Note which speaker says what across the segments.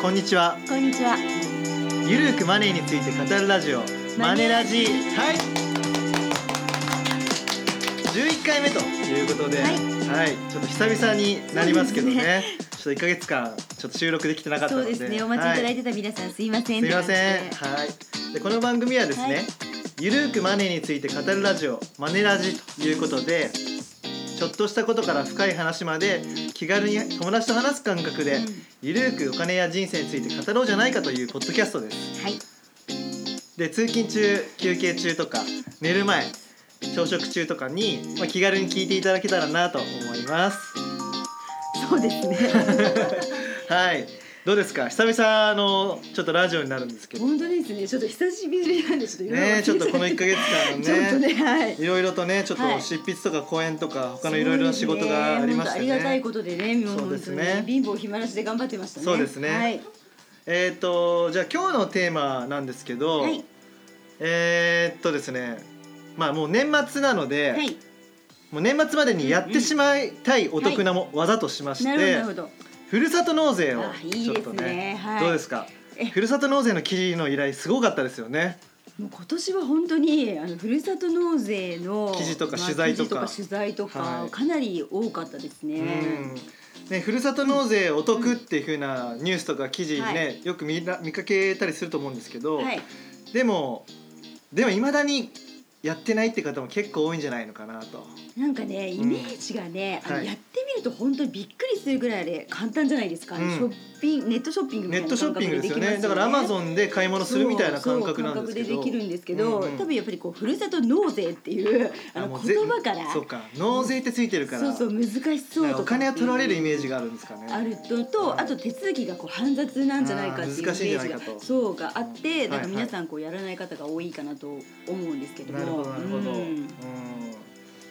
Speaker 1: こんにちは
Speaker 2: こんにちは。
Speaker 1: ゆるくマネーについて語るラジオマネラジはい11回目ということで、は
Speaker 2: はいい
Speaker 1: ちょっと久々になりますけどね
Speaker 2: そうで
Speaker 1: ちょっと1か月間ちょっと収録できてなかった
Speaker 2: そ
Speaker 1: の
Speaker 2: う
Speaker 1: で
Speaker 2: ですね。お待ちいただいてた皆さん、すいません。
Speaker 1: すみません。
Speaker 2: ということで
Speaker 1: はい。でこの番組はですね、
Speaker 2: はい
Speaker 1: ゆるーくマネーについて語るラジオマネラジということで、ちょっとしたことから深い話まで気軽に友達と話す感覚で、
Speaker 2: うん
Speaker 1: ゆるーくお金や人生について語ろうじゃないかというポッドキャストです。
Speaker 2: はい。
Speaker 1: で通勤中、休憩中とか寝る前、朝食中とかに、まあ、気軽に聞いていただけたらなと思います。
Speaker 2: そうですね。
Speaker 1: はい。どうですか久々のちょっとラジオになるんですけど。
Speaker 2: 本当ですね。ちょっと久しぶりなんでちょっと
Speaker 1: ねえちょっとこの1ヶ月間のね
Speaker 2: ちょっとね、はい。
Speaker 1: いろいろとねちょっ
Speaker 2: は
Speaker 1: と
Speaker 2: い
Speaker 1: 執筆とか講演とか他のいろいろな仕事がありました
Speaker 2: そうですね本当ありがたい
Speaker 1: ね。
Speaker 2: ことでね、もう
Speaker 1: そう
Speaker 2: 本
Speaker 1: です
Speaker 2: 当
Speaker 1: ね
Speaker 2: に貧乏暇なしで頑張ってましたね。
Speaker 1: そうですね
Speaker 2: はい。
Speaker 1: えっ、とじゃあ今日のテーマなんですけど、
Speaker 2: はい。
Speaker 1: えっとですねまあもう年末なので、
Speaker 2: はい。
Speaker 1: もう年末までにやってしまいたいお得なも、技としまして、
Speaker 2: なるほど、なるほど。
Speaker 1: ふるさと納税を
Speaker 2: あいいです
Speaker 1: ちょ
Speaker 2: ね
Speaker 1: っとね
Speaker 2: はい
Speaker 1: どうですか
Speaker 2: え
Speaker 1: ふるさと納税の記事の依頼すごかったですよね。
Speaker 2: もう今年は本当にあのふるさと納税の
Speaker 1: 記事とか
Speaker 2: まあ
Speaker 1: 取材とか
Speaker 2: 記事取材とか、
Speaker 1: はい
Speaker 2: かなり多かったですね。
Speaker 1: うんね、ふるさと納税お得っていうふうなニュースとか記事ね、
Speaker 2: はい
Speaker 1: よく見ら見かけたりすると思うんですけど、
Speaker 2: はい。
Speaker 1: でもでもいまだにやってないって方も結構多いんじゃないのかなと
Speaker 2: なんかねイメージがね、
Speaker 1: うん
Speaker 2: あの
Speaker 1: はい
Speaker 2: やってみると本当にびっくりするぐらいあれ簡単じゃないですか、
Speaker 1: うん
Speaker 2: ショッピングネットショッピングみ
Speaker 1: ネ
Speaker 2: たい
Speaker 1: ッ
Speaker 2: な
Speaker 1: トショッピングですよねだからアマ
Speaker 2: ン
Speaker 1: ゾンで買い物するみたいな感覚なんですけど
Speaker 2: 感覚でできるんですけど、
Speaker 1: うんうん
Speaker 2: 多分やっぱりこうふるさと納税っていうあ
Speaker 1: あ
Speaker 2: の
Speaker 1: もうぜ
Speaker 2: 言葉から
Speaker 1: そうか納税ってついてるから、
Speaker 2: そうそう難しそう
Speaker 1: だから
Speaker 2: とか
Speaker 1: お金は取られるイ
Speaker 2: ージ
Speaker 1: メージがあるんですかね
Speaker 2: あるとと、
Speaker 1: はい
Speaker 2: あと手続きがこう煩雑なんじゃないかっていうイ
Speaker 1: あー
Speaker 2: メ
Speaker 1: 難しいんじゃ
Speaker 2: ー
Speaker 1: な
Speaker 2: ジ
Speaker 1: いか
Speaker 2: が
Speaker 1: と
Speaker 2: そうがあっ
Speaker 1: う
Speaker 2: て
Speaker 1: ん
Speaker 2: だから皆さんこうやらない方が多いかなと思うんですけども
Speaker 1: なるほどなるほど、
Speaker 2: う
Speaker 1: うん
Speaker 2: ん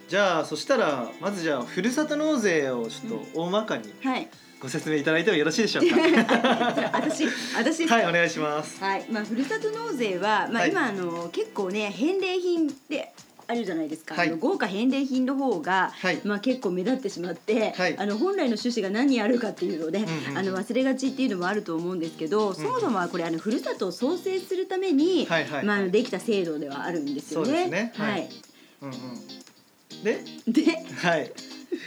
Speaker 1: じゃあそしたらまずじゃあふるさと納税をちょっと大まかに
Speaker 2: はい
Speaker 1: ご説明いただいてもよろしいでしょう か、
Speaker 2: じゃあ私私ですか
Speaker 1: はいお願いします
Speaker 2: はい、まあ、ふるさと納税は、ま
Speaker 1: は
Speaker 2: あ、
Speaker 1: い
Speaker 2: 今、あの、結構ね、返礼品って。あるじゃないですか、
Speaker 1: はい
Speaker 2: あの豪華返礼品の方が、
Speaker 1: はい
Speaker 2: まあ、結構目立ってしまって、
Speaker 1: はい
Speaker 2: あの本来の趣旨が何あるかっていうので、
Speaker 1: んうん
Speaker 2: あの忘れがちっていうのもあると思うんですけど、そもそもはこれあのふるさとを創生するために、
Speaker 1: はいはいはい
Speaker 2: まあ、あのできた制度ではあるんですよね。
Speaker 1: そうですねは
Speaker 2: はいい、
Speaker 1: うんうんで
Speaker 2: で、
Speaker 1: はい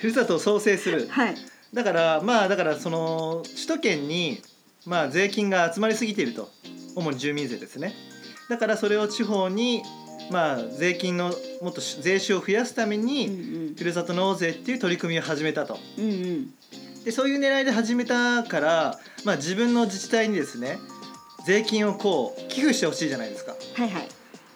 Speaker 1: ふるさとを創生する
Speaker 2: はい、
Speaker 1: だからまあだからその首都圏にまあ税金が集まりすぎていると主に住民税ですねだからそれを地方にまあ税金のもっとし税収を増やすため
Speaker 2: うんう
Speaker 1: に、
Speaker 2: ん
Speaker 1: ふるさと納税っていう取り組みを始めたと
Speaker 2: うんうん、
Speaker 1: でそういう狙いで始めたから、まあ、自分の自治体にですね税金をこう寄付してほしいじゃないですか
Speaker 2: はいはい、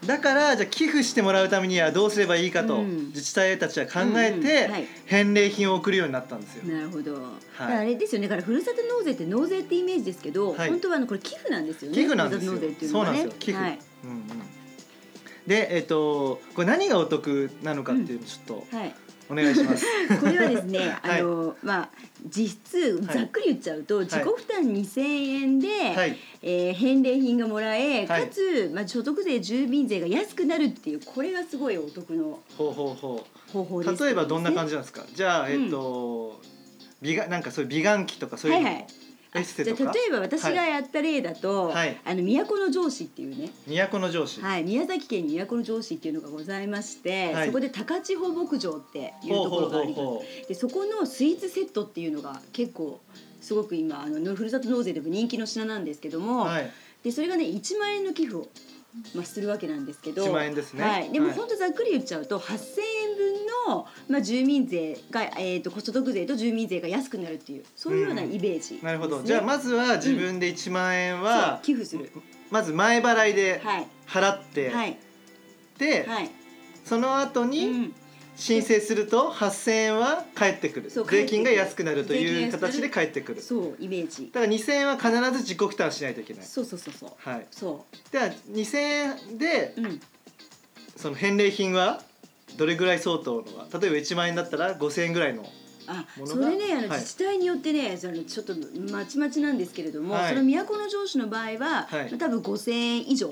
Speaker 1: だからじゃあ寄付してもらうためにはどうすればいいかと、
Speaker 2: うん
Speaker 1: 自治体たちは考え
Speaker 2: うんうんは
Speaker 1: て
Speaker 2: い
Speaker 1: 返礼品を送るようになったんですよ。
Speaker 2: なるほど、だからあれですよねだからふるさと納税って納税ってイメージですけど、
Speaker 1: はい
Speaker 2: 本当はあのこれ寄付なんですよね
Speaker 1: 寄付なんですよ
Speaker 2: ふるさと納税っていうの
Speaker 1: そうな
Speaker 2: は
Speaker 1: ん
Speaker 2: ね
Speaker 1: ですよ寄付、
Speaker 2: はい
Speaker 1: うんうん、でえっ、とこれ何がお得なのかっていうのをちょっと
Speaker 2: はい、
Speaker 1: お願いします。
Speaker 2: こ れはですね、
Speaker 1: はい
Speaker 2: あのまあ実質
Speaker 1: はい
Speaker 2: ざっくり言っちゃうと、自己負担2000円で、
Speaker 1: はい
Speaker 2: えー返礼品がもらえ、
Speaker 1: はい
Speaker 2: かつ、まあ、所得税住民税が安くなるっていうこれがすごいお得の
Speaker 1: ほうほうほ
Speaker 2: 方法です、
Speaker 1: う例えばどんな感
Speaker 2: じ
Speaker 1: じなんですかじゃあえっ、と、美顔なんかそういう美顔器とかそういう
Speaker 2: は
Speaker 1: の
Speaker 2: い
Speaker 1: も、
Speaker 2: はい
Speaker 1: エステとか
Speaker 2: じゃあ例えば私がやった例だと、
Speaker 1: はい
Speaker 2: あの都城市っていうね、
Speaker 1: 都城市、
Speaker 2: はい、宮崎県に都城市っていうのがございまして、
Speaker 1: はい
Speaker 2: そこで高千穂牧場っていう
Speaker 1: ほう
Speaker 2: と
Speaker 1: ほ
Speaker 2: こ
Speaker 1: う
Speaker 2: ろが
Speaker 1: ほ
Speaker 2: あ
Speaker 1: う
Speaker 2: ります
Speaker 1: ほ
Speaker 2: でそこのスイーツセットっていうのが結構すごく今あのふるさと納税でも人気の品なんですけど
Speaker 1: う
Speaker 2: も、
Speaker 1: はい
Speaker 2: でそれがね1万円の寄付を、まあ、するわけなんですけど
Speaker 1: 1万円ですね
Speaker 2: はい、でも
Speaker 1: はい
Speaker 2: 本当ざっくり言っちゃうと8,000円分の、まあ、住民税が、えー、と所得税と住民税が安くなるっていうそういうようなイメージです、ね
Speaker 1: なるほどじゃあまずは自分で1万円は、
Speaker 2: そう寄付する
Speaker 1: まず前払いで
Speaker 2: はい
Speaker 1: 払って、
Speaker 2: はい
Speaker 1: で、
Speaker 2: はい、
Speaker 1: その後
Speaker 2: う
Speaker 1: に
Speaker 2: ん
Speaker 1: 申請すると8,000円は返ってくる
Speaker 2: そう
Speaker 1: 税金が
Speaker 2: 返ってくる
Speaker 1: 安くなるという
Speaker 2: 税金が
Speaker 1: 形
Speaker 2: 安くな
Speaker 1: で
Speaker 2: る
Speaker 1: 返ってくる
Speaker 2: そうイメージ
Speaker 1: だから2,000円は必ず自己負担しないといけない、
Speaker 2: そうそうそうそう
Speaker 1: はい、
Speaker 2: そ
Speaker 1: では2,000円で
Speaker 2: う、うん、
Speaker 1: その返礼品はどれぐらい相当のは例えば1万円だったら5,000円ぐらいの
Speaker 2: あ
Speaker 1: もの
Speaker 2: そ
Speaker 1: が
Speaker 2: れねあの
Speaker 1: はい
Speaker 2: 自治体によってね、あのちょっとまちまちなんですけれども、
Speaker 1: はい
Speaker 2: その都城市の場合は、
Speaker 1: はい
Speaker 2: まあ多分5,000円以上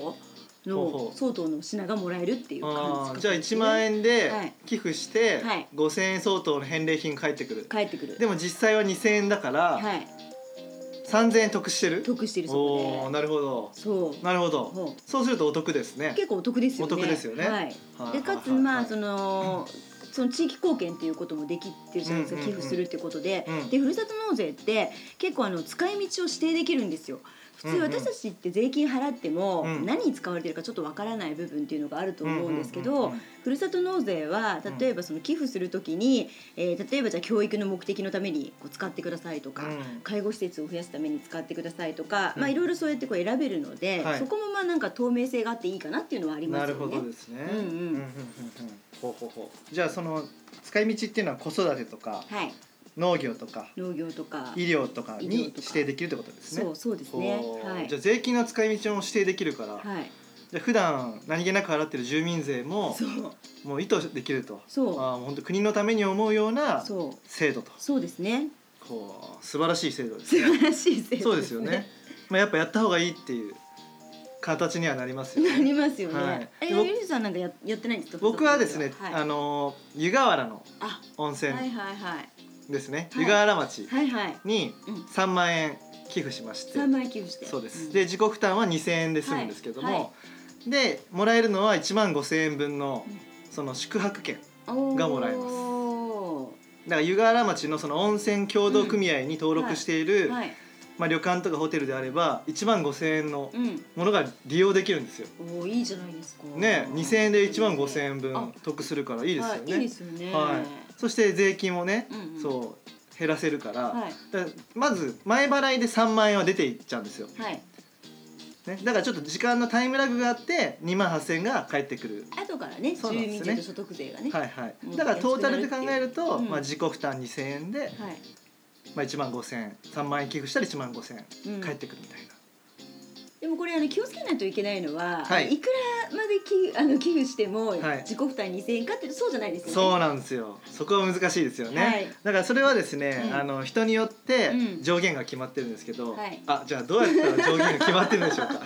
Speaker 1: ほうほ
Speaker 2: の
Speaker 1: う
Speaker 2: 相当の品がもらえるっていう
Speaker 1: あ
Speaker 2: 感
Speaker 1: ー
Speaker 2: じ
Speaker 1: じゃあ1万円で
Speaker 2: はい
Speaker 1: 寄付して
Speaker 2: はい
Speaker 1: 5,000円相当の返礼品返ってくる、
Speaker 2: 返ってくる
Speaker 1: でも実際は2,000円だから、
Speaker 2: はい
Speaker 1: 3000円得してる
Speaker 2: 得してるそ
Speaker 1: おお
Speaker 2: こ
Speaker 1: なるほど
Speaker 2: でそう
Speaker 1: なるほど
Speaker 2: そう
Speaker 1: そうするとお得ですね
Speaker 2: 結構お得ですよね
Speaker 1: お得ですよね
Speaker 2: はい、
Speaker 1: はい
Speaker 2: でかつ
Speaker 1: はい
Speaker 2: まあ
Speaker 1: はい
Speaker 2: そのその地域貢献っていうこともできてるじゃないですか、
Speaker 1: うんうんうん
Speaker 2: 寄付するってことで、
Speaker 1: うん
Speaker 2: でふるさと納税って結構あの使い道を指定できるんですよ普通
Speaker 1: うんうん
Speaker 2: 私たちって税金払っても
Speaker 1: うん
Speaker 2: 何に使われてるかちょっとわからない部分っていうのがあると思うんですけど、
Speaker 1: ううんうん
Speaker 2: ふるさと納税は例えばその寄付するときに、えー例えばじゃあ教育の目的のためにこう使ってくださいとか、
Speaker 1: うん
Speaker 2: 介護施設を増やすために使ってくださいとか、
Speaker 1: うん
Speaker 2: まあいろいろそうやってこう選べるので、
Speaker 1: はい
Speaker 2: そこもまあなんか透明性があっていいかなっていうのはありま
Speaker 1: な
Speaker 2: す
Speaker 1: る
Speaker 2: よ
Speaker 1: ほど
Speaker 2: ね。
Speaker 1: ですね。
Speaker 2: うんう
Speaker 1: う
Speaker 2: ん
Speaker 1: んうんうんほうほうほう。じゃあその使い道っていうのは子育てとか
Speaker 2: はい、
Speaker 1: 農業とか
Speaker 2: 農業とか、
Speaker 1: 医療とか
Speaker 2: 医療
Speaker 1: に
Speaker 2: とか
Speaker 1: 指定できるってことですね。
Speaker 2: そうそうですね
Speaker 1: ほ。う
Speaker 2: はい
Speaker 1: じゃあ税金の使い道も指定できるから、
Speaker 2: はい、
Speaker 1: じゃあ普段何気なく払ってる住民税も
Speaker 2: そう
Speaker 1: もう意図できると。
Speaker 2: そう
Speaker 1: ああ本当国のために思うような
Speaker 2: そう
Speaker 1: 制度と。
Speaker 2: そうですね。
Speaker 1: こう素晴らしい制度です
Speaker 2: 素
Speaker 1: ね。
Speaker 2: 晴らしい制
Speaker 1: そ
Speaker 2: 度
Speaker 1: うですよね。。まあやっぱやった方がいいっていう形にはなりますよ
Speaker 2: な
Speaker 1: ね。
Speaker 2: りますよね。
Speaker 1: はい
Speaker 2: え
Speaker 1: で僕
Speaker 2: ゆりさんなんかややってないんですか。
Speaker 1: 僕はですね、
Speaker 2: はい、
Speaker 1: あの湯河原の
Speaker 2: あ
Speaker 1: 温泉
Speaker 2: はいはいはい
Speaker 1: ですね、
Speaker 2: はい
Speaker 1: 湯河原町
Speaker 2: はいはい。
Speaker 1: に
Speaker 2: うん
Speaker 1: 3万円寄付しまして、
Speaker 2: 三枚寄付して。
Speaker 1: そうです、
Speaker 2: ん
Speaker 1: で自己負担は2,000円で済むんですけども、
Speaker 2: はいは
Speaker 1: でもらえるのは1万5,000円分の
Speaker 2: うん
Speaker 1: その宿泊券
Speaker 2: が
Speaker 1: もらえます
Speaker 2: す。
Speaker 1: だから湯河原町のその温泉協同組合に登録している、
Speaker 2: はい。
Speaker 1: まあ、旅館とかホテルであれば1万5,000円の
Speaker 2: うん。
Speaker 1: ものが利用できるんですよ。
Speaker 2: おおいいじゃないですか。
Speaker 1: ね、2,000円で1万5,000
Speaker 2: 円
Speaker 1: 円
Speaker 2: あ
Speaker 1: 分得するからいいですよね。
Speaker 2: いいですよね。
Speaker 1: はいそして税金もね、
Speaker 2: うんうん
Speaker 1: そう減らせるから,、
Speaker 2: はい
Speaker 1: だからまず前払いで3万円は出ていっちゃうんですよ、
Speaker 2: はい。
Speaker 1: ね、だからちょっと時間のタイムラグがあって2万8,000円が返ってくる、
Speaker 2: 後からね、
Speaker 1: そ
Speaker 2: 住
Speaker 1: うなんです
Speaker 2: 民
Speaker 1: よね
Speaker 2: 税と所得税がね。
Speaker 1: はいはい
Speaker 2: うん、
Speaker 1: だからトータルで考えると、
Speaker 2: うん
Speaker 1: まあ、自己負担2,000円で、
Speaker 2: はい。
Speaker 1: まあ、1万5,000円3万円寄付したら1万5,000円
Speaker 2: うん
Speaker 1: 返ってくるみたいな、
Speaker 2: でもこれあの気をつけないといけないのは、
Speaker 1: はい
Speaker 2: あのいくらまできあの寄付しても
Speaker 1: はい
Speaker 2: 自己負担2000円かってそうじゃないですよね。
Speaker 1: そうなんですよそこは難しいですよね、
Speaker 2: はい
Speaker 1: だからそれはですね、
Speaker 2: うん
Speaker 1: あの人によって
Speaker 2: うん
Speaker 1: 上限が決まってるんですけど、
Speaker 2: はい
Speaker 1: あじゃあどうやったら上限が決まってるんでしょう か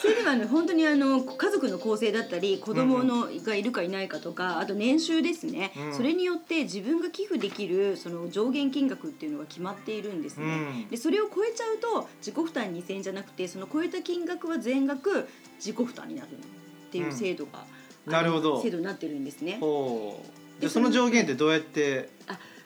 Speaker 2: それではあの本当にあの家族の構成だったり子供のがいるかいないかとかあと年収ですね、
Speaker 1: うん
Speaker 2: それによって自分が寄付できるその上限金額っていうのが決まっているんですね。
Speaker 1: うん
Speaker 2: でそれを超えちゃうと自己負担2000円じゃなくてその超えた金額は全額自己負担になるっていう制度が、
Speaker 1: うんなるほど
Speaker 2: あの制度になってるんですね。
Speaker 1: ほうじゃあ
Speaker 2: でそ
Speaker 1: そ
Speaker 2: の
Speaker 1: の上限ってどうやって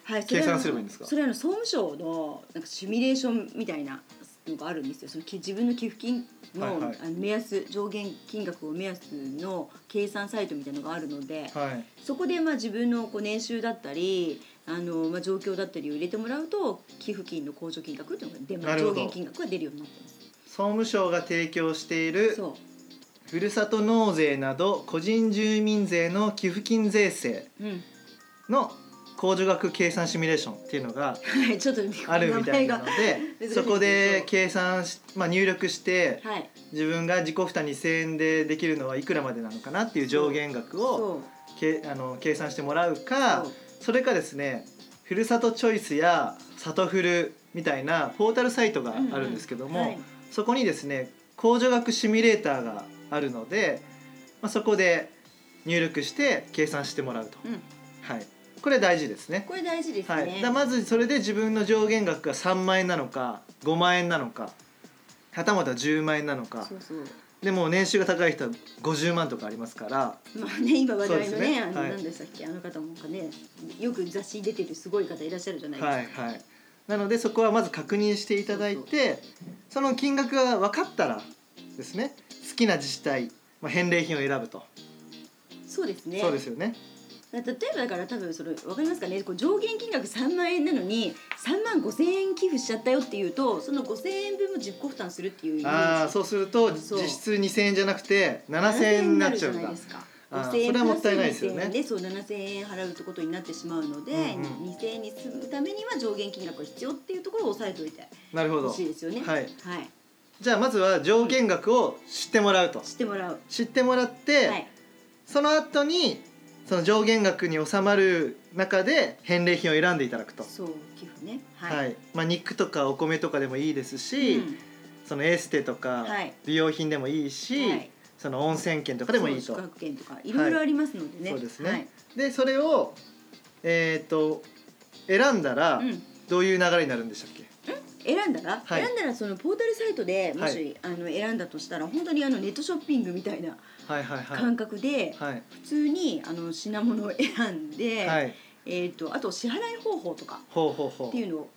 Speaker 2: はい、
Speaker 1: 計算すればいいんですか
Speaker 2: それはあの総務省のなんかシミュレーションみたいなのがあるんですよ。そのき自分の寄付金の,、
Speaker 1: はいはい
Speaker 2: あの目安上限金額を目安の計算サイトみたいなのがあるので、
Speaker 1: はい
Speaker 2: そこでまあ自分のこう年収だったりあのまあ状況だったりを入れてもらうと寄付金の控除金額っていうのが出ま
Speaker 1: なるほ
Speaker 2: 上
Speaker 1: ど
Speaker 2: 限金額が出るようになってます。
Speaker 1: 総務省が提供している
Speaker 2: そ
Speaker 1: ふるさと納税など個人住民税の寄付金税制
Speaker 2: う、うん、
Speaker 1: の控除額計算シミュレーションっていうの が
Speaker 2: はいちょっと
Speaker 1: あるみたい
Speaker 2: 名
Speaker 1: な
Speaker 2: 前
Speaker 1: の
Speaker 2: が
Speaker 1: で
Speaker 2: 珍しい
Speaker 1: そこで計算し、まあ、入力して
Speaker 2: はい、
Speaker 1: 自分が自己負担2,000円でできるのはいくらまでなのかなっていう上限額を
Speaker 2: そう
Speaker 1: けあの計算してもらうか
Speaker 2: そう
Speaker 1: それかですねふるさとチョイスや里フルみたいなポータルサイトがあるんですけども、
Speaker 2: はい
Speaker 1: そこにですね控除額シミュレーターがあるので、まあ、そこで入力して計算してもらうと、
Speaker 2: うん、
Speaker 1: はい、これ大事ですね。
Speaker 2: これ大事ですね。
Speaker 1: はい、だからまずそれで自分の上限額が3万円なのか5万円なのかはたまた10万円なのか
Speaker 2: そうそう
Speaker 1: でもう年収が高い人は50万とかありますから
Speaker 2: まあね今話題
Speaker 1: そ
Speaker 2: の
Speaker 1: うで
Speaker 2: ね
Speaker 1: すね
Speaker 2: あの、
Speaker 1: はい
Speaker 2: 何でしたっけあの方もなんかねよく雑誌に出てるすごい方いらっしゃるじゃないですか。
Speaker 1: はいはいなのでそこはまず確認していただいてその金額が分かったらですね好きな自治体、まあ、返礼品を選ぶと、
Speaker 2: そうですね。
Speaker 1: そうですよね
Speaker 2: だ例えばだから多分それわかりますかねこう上限金額3万円なのに3万5千円寄付しちゃったよっていうとその5千円分も自己負担するっていうイメージ
Speaker 1: ああそうすると
Speaker 2: そう
Speaker 1: 実質2000円じゃなくて7000
Speaker 2: 7000
Speaker 1: 円になっちゃうん
Speaker 2: じ
Speaker 1: だ
Speaker 2: ないですか
Speaker 1: あー
Speaker 2: 5000円
Speaker 1: それはもったいないですよね
Speaker 2: プラス2000円でそう7000円払うってことになってしまうので、
Speaker 1: うんう
Speaker 2: 2000円にするためには上限金額が必要っていうところを押さえておいて
Speaker 1: なるほ
Speaker 2: ほ
Speaker 1: ど
Speaker 2: しいですよね。
Speaker 1: はい
Speaker 2: はい、
Speaker 1: じゃあまずは上限額を知ってもらうと
Speaker 2: 知ってもらう。
Speaker 1: 知ってもらって、
Speaker 2: はい、
Speaker 1: その後にその上限額に収まる中で返礼品を選んでいただくと、
Speaker 2: そう寄付ね。
Speaker 1: はい
Speaker 2: はい。
Speaker 1: まあ、肉とかお米とかでもいいですし、
Speaker 2: うん
Speaker 1: そのエステとか
Speaker 2: はい
Speaker 1: 美容品でもいいし、
Speaker 2: はい
Speaker 1: その温泉券とかでもいい
Speaker 2: そう
Speaker 1: と
Speaker 2: 宿泊券とかいろいろありますのでね。
Speaker 1: そうですね、
Speaker 2: はい
Speaker 1: でそれをえっ、と選んだら
Speaker 2: うん。
Speaker 1: どういう流れになるんでしたっけ、
Speaker 2: 選んだら、
Speaker 1: はい
Speaker 2: 選んだらそのポータルサイトでもし、
Speaker 1: は
Speaker 2: あの選んだとしたら本当にあのネットショッピングみたいな
Speaker 1: はいはいはい
Speaker 2: 感覚で、
Speaker 1: はい
Speaker 2: 普通にあの品物を選んで、
Speaker 1: はい
Speaker 2: えっとあと支払い方法とか
Speaker 1: ほうほうほ
Speaker 2: って
Speaker 1: う
Speaker 2: いうのを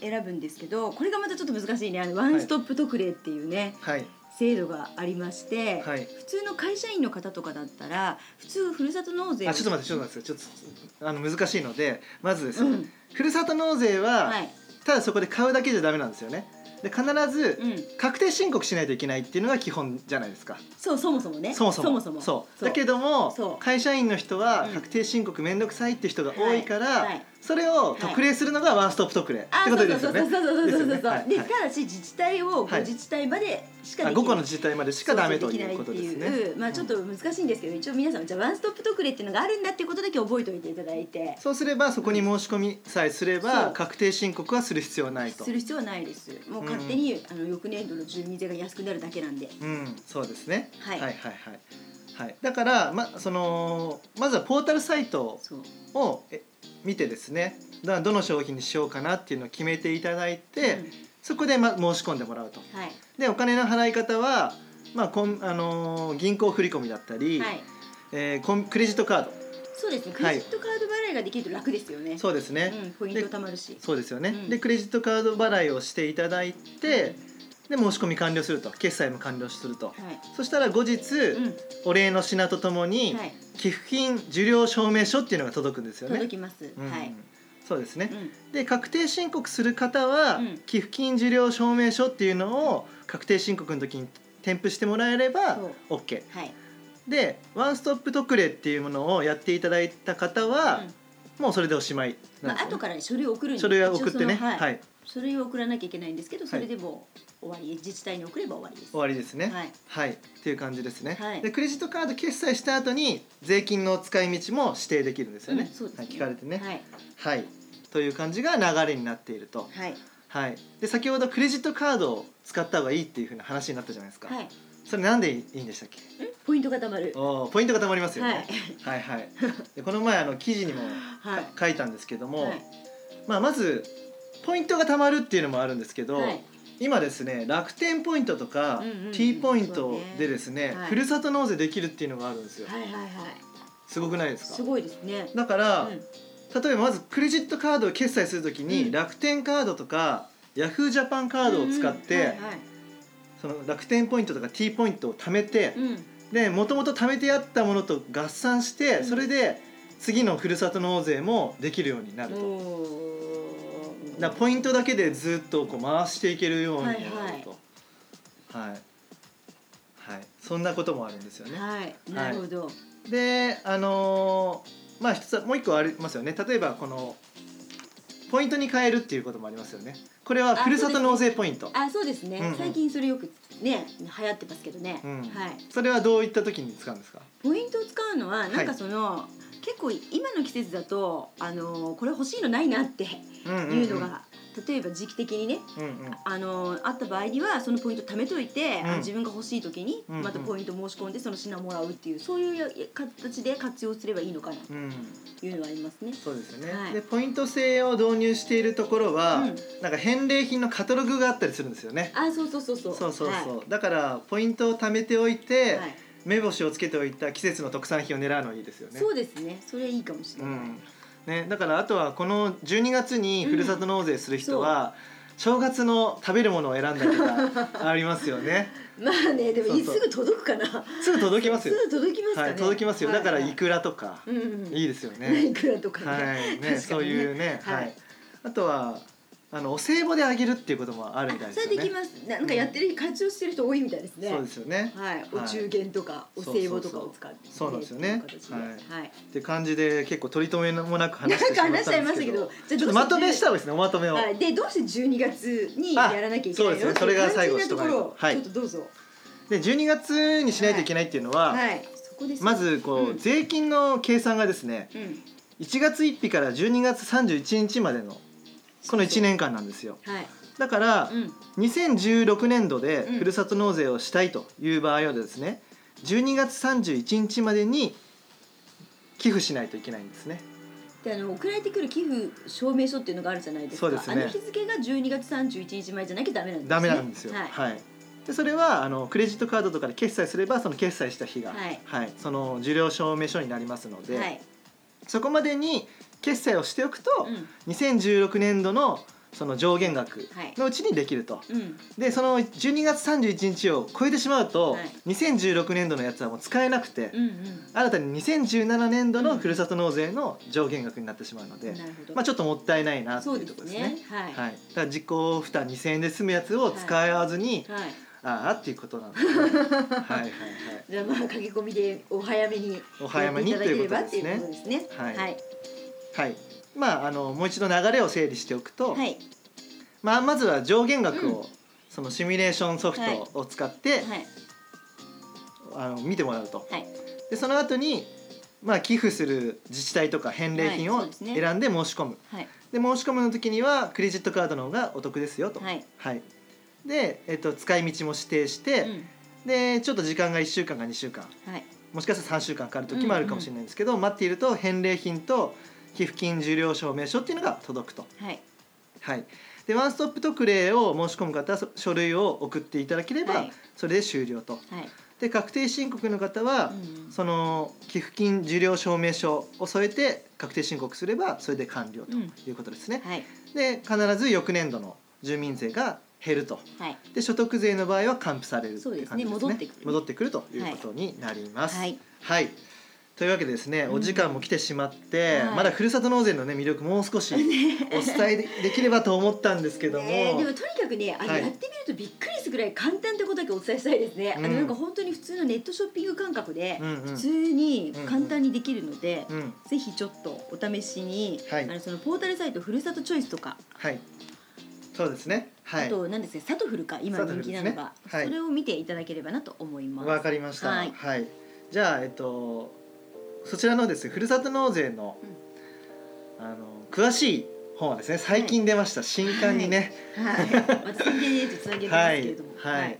Speaker 2: 選ぶんですけどこれがまたちょっと難しいねあのワンストップ特例っていうね、
Speaker 1: はい
Speaker 2: 制度がありまして、
Speaker 1: はい
Speaker 2: 普通の会社員の方とかだったら普通ふるさと納税を
Speaker 1: あちょっと待ってちょっと待ってちょっとあの難しいのでまずですね、
Speaker 2: うん
Speaker 1: ふるさと納税は、
Speaker 2: はい
Speaker 1: ただそこで買うだけじゃダメなんですよねで必ず
Speaker 2: うん、
Speaker 1: 確定申告しないといけないっていうのが基本じゃないですか
Speaker 2: そうそもそもね
Speaker 1: そもそも
Speaker 2: そも
Speaker 1: そう
Speaker 2: そう
Speaker 1: だけども
Speaker 2: そう
Speaker 1: 会社員の人は
Speaker 2: うん
Speaker 1: 確定申告面倒くさいって人が多いから、
Speaker 2: はいはい
Speaker 1: それを特例するのがワンストップ特例、ってことですよね
Speaker 2: あそうそうそうそうそうそうそう
Speaker 1: ですよねはい
Speaker 2: で
Speaker 1: はい
Speaker 2: ただし自治体を
Speaker 1: は
Speaker 2: 5
Speaker 1: い
Speaker 2: 自治体までしか
Speaker 1: あ
Speaker 2: できない、
Speaker 1: 5個の自治体までしかダメということです
Speaker 2: そうそうきないっ
Speaker 1: ね
Speaker 2: ていうまあちょっと難しいんですけど、一応皆さんじゃあワンストップ特例っていうのがあるんだっていうことだけ覚えておいていただいて
Speaker 1: そうすればそこに申し込みさえすれ
Speaker 2: そ
Speaker 1: ば
Speaker 2: う
Speaker 1: 確定申告はする必要はないと
Speaker 2: する必要はないですもう勝手に、あの翌年度の住民税が安くなるだけなんで
Speaker 1: うん、そうですね。
Speaker 2: はい
Speaker 1: はいはいはい。はいだからまそのまずはポータルサイト
Speaker 2: そう
Speaker 1: をえ見てですね。だからどの商品にしようかなっていうのを決めていただいて、
Speaker 2: うん
Speaker 1: そこでま申し込んでもらうと。
Speaker 2: はい
Speaker 1: でお金の払い方はまあこんあのー銀行振込だったり、
Speaker 2: はい
Speaker 1: えーコンクレジットカー
Speaker 2: そうですねクレジットカード払いができると楽ですよね
Speaker 1: ド。、そうですね。
Speaker 2: うん、ポイント貯まるし
Speaker 1: そうですよね、
Speaker 2: うん
Speaker 1: でクレジットカード払いをしていただいて、で申し込み完了すると決済も完了すると、
Speaker 2: はい、
Speaker 1: そしたら後日、
Speaker 2: う
Speaker 1: お礼の品とともに、
Speaker 2: ん、はい、
Speaker 1: 寄付金受領証明書っていうのが届くんですよね。
Speaker 2: 届きます、
Speaker 1: うん
Speaker 2: はい、
Speaker 1: そうですね
Speaker 2: う、ん、
Speaker 1: で確定申告する方は、
Speaker 2: うん
Speaker 1: 寄付金受領証明書っていうのを確定申告の時に添付してもらえれば
Speaker 2: そう
Speaker 1: OK
Speaker 2: はい、
Speaker 1: でワンストップ特例っていうものをやっていただいた方は、
Speaker 2: うん
Speaker 1: もうそれでおしまいなんです
Speaker 2: まあ
Speaker 1: よね、
Speaker 2: 後から書類を送るんで
Speaker 1: 書類は送ってね
Speaker 2: 一応その
Speaker 1: はい、
Speaker 2: はい、書類を送らなきゃいけないんですけどそれでもう終わり、自治体に送れば終わりです
Speaker 1: 終わりですね
Speaker 2: はい
Speaker 1: はい、っていう感じですね、
Speaker 2: はい
Speaker 1: でクレジットカード決済した後に税金の使い道も指定できるんですよね,、
Speaker 2: うんそうですね
Speaker 1: はい、聞かれてね
Speaker 2: はい
Speaker 1: はい、という感じが流れになっていると
Speaker 2: はい
Speaker 1: はい、で先ほどクレジットカードを使った方がいいっていう風な話になったじゃないですか、
Speaker 2: はい
Speaker 1: それなんでいいんでしたっけ
Speaker 2: ポイントがたまる
Speaker 1: おーポイントがたまりますよ
Speaker 2: はい
Speaker 1: ね、はい、はいでこの前あの記事にも
Speaker 2: はい
Speaker 1: 書いたんですけども、
Speaker 2: はい
Speaker 1: まあ、まずポイントがたまるっていうのもあるんですけど、
Speaker 2: はい
Speaker 1: 今ですね楽天ポイントとか
Speaker 2: うんうんうん
Speaker 1: T ポイントでですね,、
Speaker 2: そうねはい
Speaker 1: ふるさと納税できるっていうのがあるんですよ、
Speaker 2: はいはいはい
Speaker 1: すごくないですか
Speaker 2: すごいですね
Speaker 1: だから、
Speaker 2: うん
Speaker 1: 例えばまずクレジットカードを決済するときに、
Speaker 2: うん
Speaker 1: 楽天カードとかヤフージャパンカードを使って、
Speaker 2: うんうんはいはい
Speaker 1: その楽天ポイントとか T ポイントを貯めて、
Speaker 2: うん
Speaker 1: でもともと貯めてあったものと合算して、
Speaker 2: うん
Speaker 1: それで次のふるさと納税もできるようになると、
Speaker 2: おー
Speaker 1: だからポイントだけでずっとこう回していけるようになるとはいはい、そんなこともあるんですよね。
Speaker 2: はいなるほど
Speaker 1: であのーまあ一つはもう一個ありますよね例えばこのポイントに変えるっていうこともありますよねこれはふるさと納税ポイント
Speaker 2: あそうですね、
Speaker 1: うんうん
Speaker 2: 最近それよくね流行ってますけどね、
Speaker 1: うん
Speaker 2: はい
Speaker 1: それはどういった時に使うんですか
Speaker 2: ポイントを使うのはなん
Speaker 1: は
Speaker 2: か
Speaker 1: い
Speaker 2: その、結構今の季節だとあのこれ欲しいのないなってい
Speaker 1: うんうんうん
Speaker 2: うのが、例えば時期的にね
Speaker 1: うんうん
Speaker 2: あのあった場合にはそのポイント貯めといて、
Speaker 1: うん
Speaker 2: あの自分が欲しい時に
Speaker 1: うんうん
Speaker 2: またポイント申し込んでその品をもらうっていうそういうや形で活用すればいいのかな
Speaker 1: うん、
Speaker 2: というのはありますね。
Speaker 1: そうですよね、
Speaker 2: はい
Speaker 1: でポイント制を導入しているところは、
Speaker 2: うん
Speaker 1: なんか返礼品のカタログがあったりするんですよね
Speaker 2: あそうそうそうそう
Speaker 1: そうそう
Speaker 2: はい
Speaker 1: そう、だからポイントを貯めておいて、
Speaker 2: はい
Speaker 1: 目星をつけておいた季節の特産品を狙うのいいですよね
Speaker 2: そうですねそれいいかもしれ
Speaker 1: う
Speaker 2: ない、
Speaker 1: んね、だからあとはこの12月にふるさと納税する人は、正月の食べるものを選んだりとかありますよ ね
Speaker 2: まあねでもい
Speaker 1: そう
Speaker 2: す
Speaker 1: そう
Speaker 2: ぐ届くかな
Speaker 1: すぐ届きます
Speaker 2: す
Speaker 1: よ
Speaker 2: ぐ届きますかね、
Speaker 1: はい、届きますよだから
Speaker 2: はいはい
Speaker 1: くらとか、
Speaker 2: うんうん
Speaker 1: いいですよね
Speaker 2: ね、い くらとかね。
Speaker 1: はい、
Speaker 2: 確かに
Speaker 1: ね、
Speaker 2: ね
Speaker 1: そういうね、は、
Speaker 2: はいい
Speaker 1: あとは、あのお歳暮であげるっていうこともあ
Speaker 2: あ
Speaker 1: るみたいで
Speaker 2: そ
Speaker 1: す
Speaker 2: れ
Speaker 1: よね。
Speaker 2: できます。ななんかやってる、活用してる人多いみたいですね。
Speaker 1: そうですよね。
Speaker 2: はい、
Speaker 1: はい
Speaker 2: お中元とか、お歳暮とかを使って。
Speaker 1: そうそうそうそうなんですよね
Speaker 2: っていう形で
Speaker 1: は
Speaker 2: はいい。
Speaker 1: って感じで、結構取り留めもなく話
Speaker 2: なん
Speaker 1: してし
Speaker 2: か
Speaker 1: まっ
Speaker 2: 話しちゃ
Speaker 1: た
Speaker 2: い
Speaker 1: ん
Speaker 2: ま
Speaker 1: です
Speaker 2: し
Speaker 1: け
Speaker 2: たけ
Speaker 1: ど
Speaker 2: ど。、じゃあ
Speaker 1: ちょっ
Speaker 2: どう
Speaker 1: と
Speaker 2: して
Speaker 1: まとめした方がいいですね、おまとめを。
Speaker 2: はい、で、どうして12月にやらなきゃいけないの
Speaker 1: あそうですねそれが最後
Speaker 2: 肝心なところを
Speaker 1: ちょっとはい
Speaker 2: ちょっとどうぞ。
Speaker 1: で、12月にしないといけないっていうのは、
Speaker 2: はい。そこです。
Speaker 1: ま。ずこう、
Speaker 2: うん
Speaker 1: 税金の計算がですね、
Speaker 2: うん。
Speaker 1: 1月1日から12月31日までのこの1年間なんですよ。
Speaker 2: はい。
Speaker 1: だから、
Speaker 2: うん。
Speaker 1: 2016年度で
Speaker 2: うん
Speaker 1: ふるさと納税をしたいという場合はですね、12月31日までに寄付しないといけないんですね
Speaker 2: であの送られてくる寄付証明書っていうのがあるじゃないです
Speaker 1: そ
Speaker 2: か
Speaker 1: うですね
Speaker 2: あの日付が12月31日前じゃなきゃダメなんです、ね、
Speaker 1: ダメなんですよ。
Speaker 2: はい、
Speaker 1: はい。でそれはあのクレジットカードとかで決済すればその決済した日が、
Speaker 2: はい
Speaker 1: その受領証明書になりますので、
Speaker 2: はい
Speaker 1: そこまでに決済をしておくと
Speaker 2: う、ん
Speaker 1: 2016年度のその上限額のうちにできると。
Speaker 2: うん
Speaker 1: でその12月31日を超えてしまうと、
Speaker 2: はい
Speaker 1: 2016年度のやつはもう使えなくて、
Speaker 2: うん
Speaker 1: 新たに2017年度のふるさと納税の上限額になってしまうの
Speaker 2: う
Speaker 1: で
Speaker 2: ん、なるほど、
Speaker 1: まあ、ちょっともったいないなって
Speaker 2: そう
Speaker 1: いう
Speaker 2: で
Speaker 1: とこ
Speaker 2: す
Speaker 1: ろですね。
Speaker 2: ねはい
Speaker 1: はい、だから自己負担2000円で済むやつを使わずに、
Speaker 2: はい
Speaker 1: ああっていうことなんですね。 はいはいはい。
Speaker 2: じゃあまあ駆け込みでお早めに
Speaker 1: お早めに
Speaker 2: やっていただければ
Speaker 1: という
Speaker 2: って
Speaker 1: こ
Speaker 2: いうことですね。
Speaker 1: はい
Speaker 2: はい
Speaker 1: はい。まああのもう一度流れを整理しておくと、
Speaker 2: はい
Speaker 1: まあまずは上限額を、
Speaker 2: う
Speaker 1: そのシミュレーションソフ
Speaker 2: はい
Speaker 1: トを使って、
Speaker 2: はい
Speaker 1: あの見てもらうと。
Speaker 2: はい
Speaker 1: でその後に。まあ、寄付する自治体とか返礼品
Speaker 2: は
Speaker 1: を
Speaker 2: いそうですね
Speaker 1: 選んで申し込む、
Speaker 2: はい
Speaker 1: で申し込むの時にはクレジットカードの方がお得ですよと、
Speaker 2: はい
Speaker 1: はい、で、えっと、使い道も指定して、
Speaker 2: うん
Speaker 1: でちょっと時間が1週間か2週間
Speaker 2: はい
Speaker 1: もしかしたら3週間かかる時もあるかもしれないんですけど、待っていると返礼品と寄付金受領証明書っていうのが届くと。
Speaker 2: はい
Speaker 1: はい、でワンストップ特例を申し込む方はそ書類を送っていただければ、
Speaker 2: はい
Speaker 1: それで終了と。
Speaker 2: はい
Speaker 1: で確定申告の方は、
Speaker 2: うん
Speaker 1: その寄付金受領証明書を添えて確定申告すればそれで完了と
Speaker 2: うん
Speaker 1: いうことですね。
Speaker 2: はい
Speaker 1: で必ず翌年度の住民税が減ると。
Speaker 2: はい
Speaker 1: で所得税の場合は還付されるって
Speaker 2: そう
Speaker 1: いう
Speaker 2: です
Speaker 1: 感じ
Speaker 2: ね
Speaker 1: ですね
Speaker 2: 戻ってくる
Speaker 1: 戻ってくるということになります。
Speaker 2: はい
Speaker 1: はいというわけでですね、
Speaker 2: うん
Speaker 1: お時間も来てしまって、
Speaker 2: はい
Speaker 1: まだふるさと納税のね魅力もう少 しお伝えでできればと思ったんですけども、
Speaker 2: ねえでもとにかくねあ
Speaker 1: は
Speaker 2: れ
Speaker 1: い
Speaker 2: やってみるとびっくりするくらい簡単ってことだけお伝えしたいですね、
Speaker 1: うん
Speaker 2: あのなんか本当に普通のネットショッピング感覚で
Speaker 1: うんうん
Speaker 2: 普通に簡単にできるので、
Speaker 1: うん
Speaker 2: ぜひちょっとお試しに、
Speaker 1: はい
Speaker 2: あのそのポータルサイトふるさとチョイスとか、
Speaker 1: はいそうですねは
Speaker 2: あ
Speaker 1: い
Speaker 2: と何ですかサトフルか今
Speaker 1: サトフ
Speaker 2: 人
Speaker 1: ルで
Speaker 2: 気な
Speaker 1: すね
Speaker 2: のが、
Speaker 1: はい
Speaker 2: それを見ていただければなと思います。
Speaker 1: わかりましたは
Speaker 2: はいい、
Speaker 1: じゃあえっとそちらのですねふるさと納税の、あの詳しい本はですね最近出ました、新刊にね、
Speaker 2: はい、また宣言へとつなげるんですけれども、
Speaker 1: はい、はい、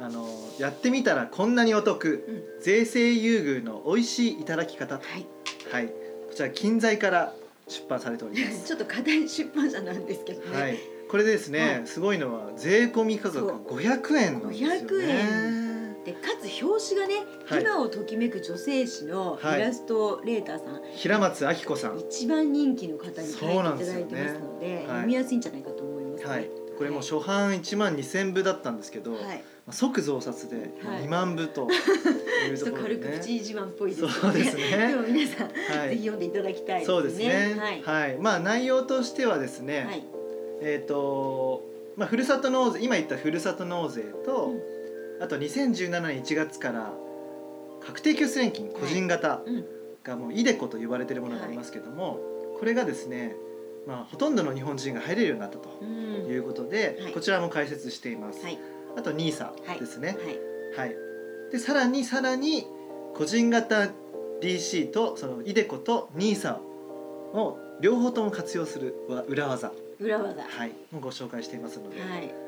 Speaker 1: あのやってみたらこんなにお得、税制優遇の美味しいいただき方と
Speaker 2: はい
Speaker 1: はい、こちら近在から出版されております。
Speaker 2: ちょっと課題出版社なんですけどね。
Speaker 1: はい、これでですね、
Speaker 2: は
Speaker 1: すごいのは税込み価格500円なんですよね。
Speaker 2: 500円でかつ表紙がね、
Speaker 1: はい
Speaker 2: 今をときめく女性誌のイラストレーターさん、
Speaker 1: 平松明子さん、
Speaker 2: 一番人気の方に書いていただいてます
Speaker 1: そう
Speaker 2: ので
Speaker 1: ねはい
Speaker 2: 読みやすいんじゃないかと思いますね。
Speaker 1: はい、これもう初版1万2000部だったんですけど、
Speaker 2: は
Speaker 1: ま
Speaker 2: い、
Speaker 1: あ即増刷で
Speaker 2: はい
Speaker 1: 2万部という
Speaker 2: ち
Speaker 1: と
Speaker 2: ょっ
Speaker 1: ことろで
Speaker 2: 軽
Speaker 1: ね。
Speaker 2: く口自慢っぽいですよね。
Speaker 1: そうですね
Speaker 2: でも皆さん、
Speaker 1: は
Speaker 2: ぜひ
Speaker 1: い。
Speaker 2: 読んでいただきたいですね。
Speaker 1: そうですね。
Speaker 2: はい。
Speaker 1: はい、まあ内容としてはですね、
Speaker 2: はい。
Speaker 1: えーとまあ、ふるさと納税今言ったふるさと納税と、あと2017年1月から確定拠出年金個人型
Speaker 2: うん。
Speaker 1: がもうイデコと呼ばれてるものがありますけども、これがですね、まあ、ほとんどの日本人が入れるようになったと
Speaker 2: うん。
Speaker 1: いうことで、
Speaker 2: はい
Speaker 1: こちらも解説しています、
Speaker 2: はい。
Speaker 1: あと NISA
Speaker 2: はい
Speaker 1: ですね、
Speaker 2: はい。
Speaker 1: はいでさらにさらに個人型 DC とそのイデコと NISA を両方とも活用するわ裏技、
Speaker 2: 裏技。は
Speaker 1: はい、もうご紹介していますので、
Speaker 2: い。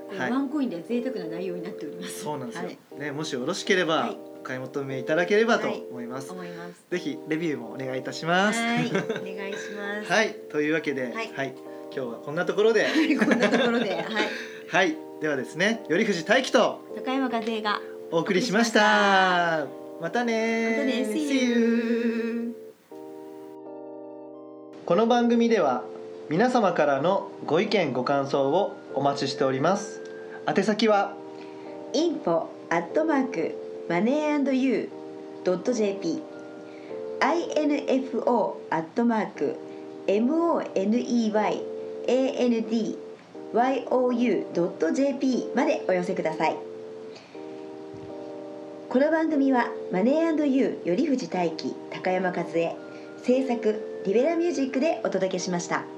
Speaker 2: これ
Speaker 1: はい
Speaker 2: ワンコインでは贅沢な内容になっております。
Speaker 1: そうなんですよ、
Speaker 2: はい
Speaker 1: ね、もしよろしければ、
Speaker 2: はい
Speaker 1: お買い求めいただければと思います、
Speaker 2: 思います。
Speaker 1: ぜひレビューもお願いいたし
Speaker 2: は
Speaker 1: ます
Speaker 2: い。お願いします。
Speaker 1: はいというわけで、は
Speaker 2: はいい
Speaker 1: 今日はこんなところで
Speaker 2: こんなところで、はい。
Speaker 1: はいではですね頼藤大樹と
Speaker 2: 高山和恵が。
Speaker 1: お送りしましたまたね
Speaker 2: またね、
Speaker 1: See you この番組では皆様からのご意見ご感想をお待ちしております宛先は
Speaker 2: info アットマークマネー and you ドット jp info アットマーク money and you ドット jp までお寄せくださいこの番組はマネー and you より藤大輝高山和恵制作リベラミュージックでお届けしました。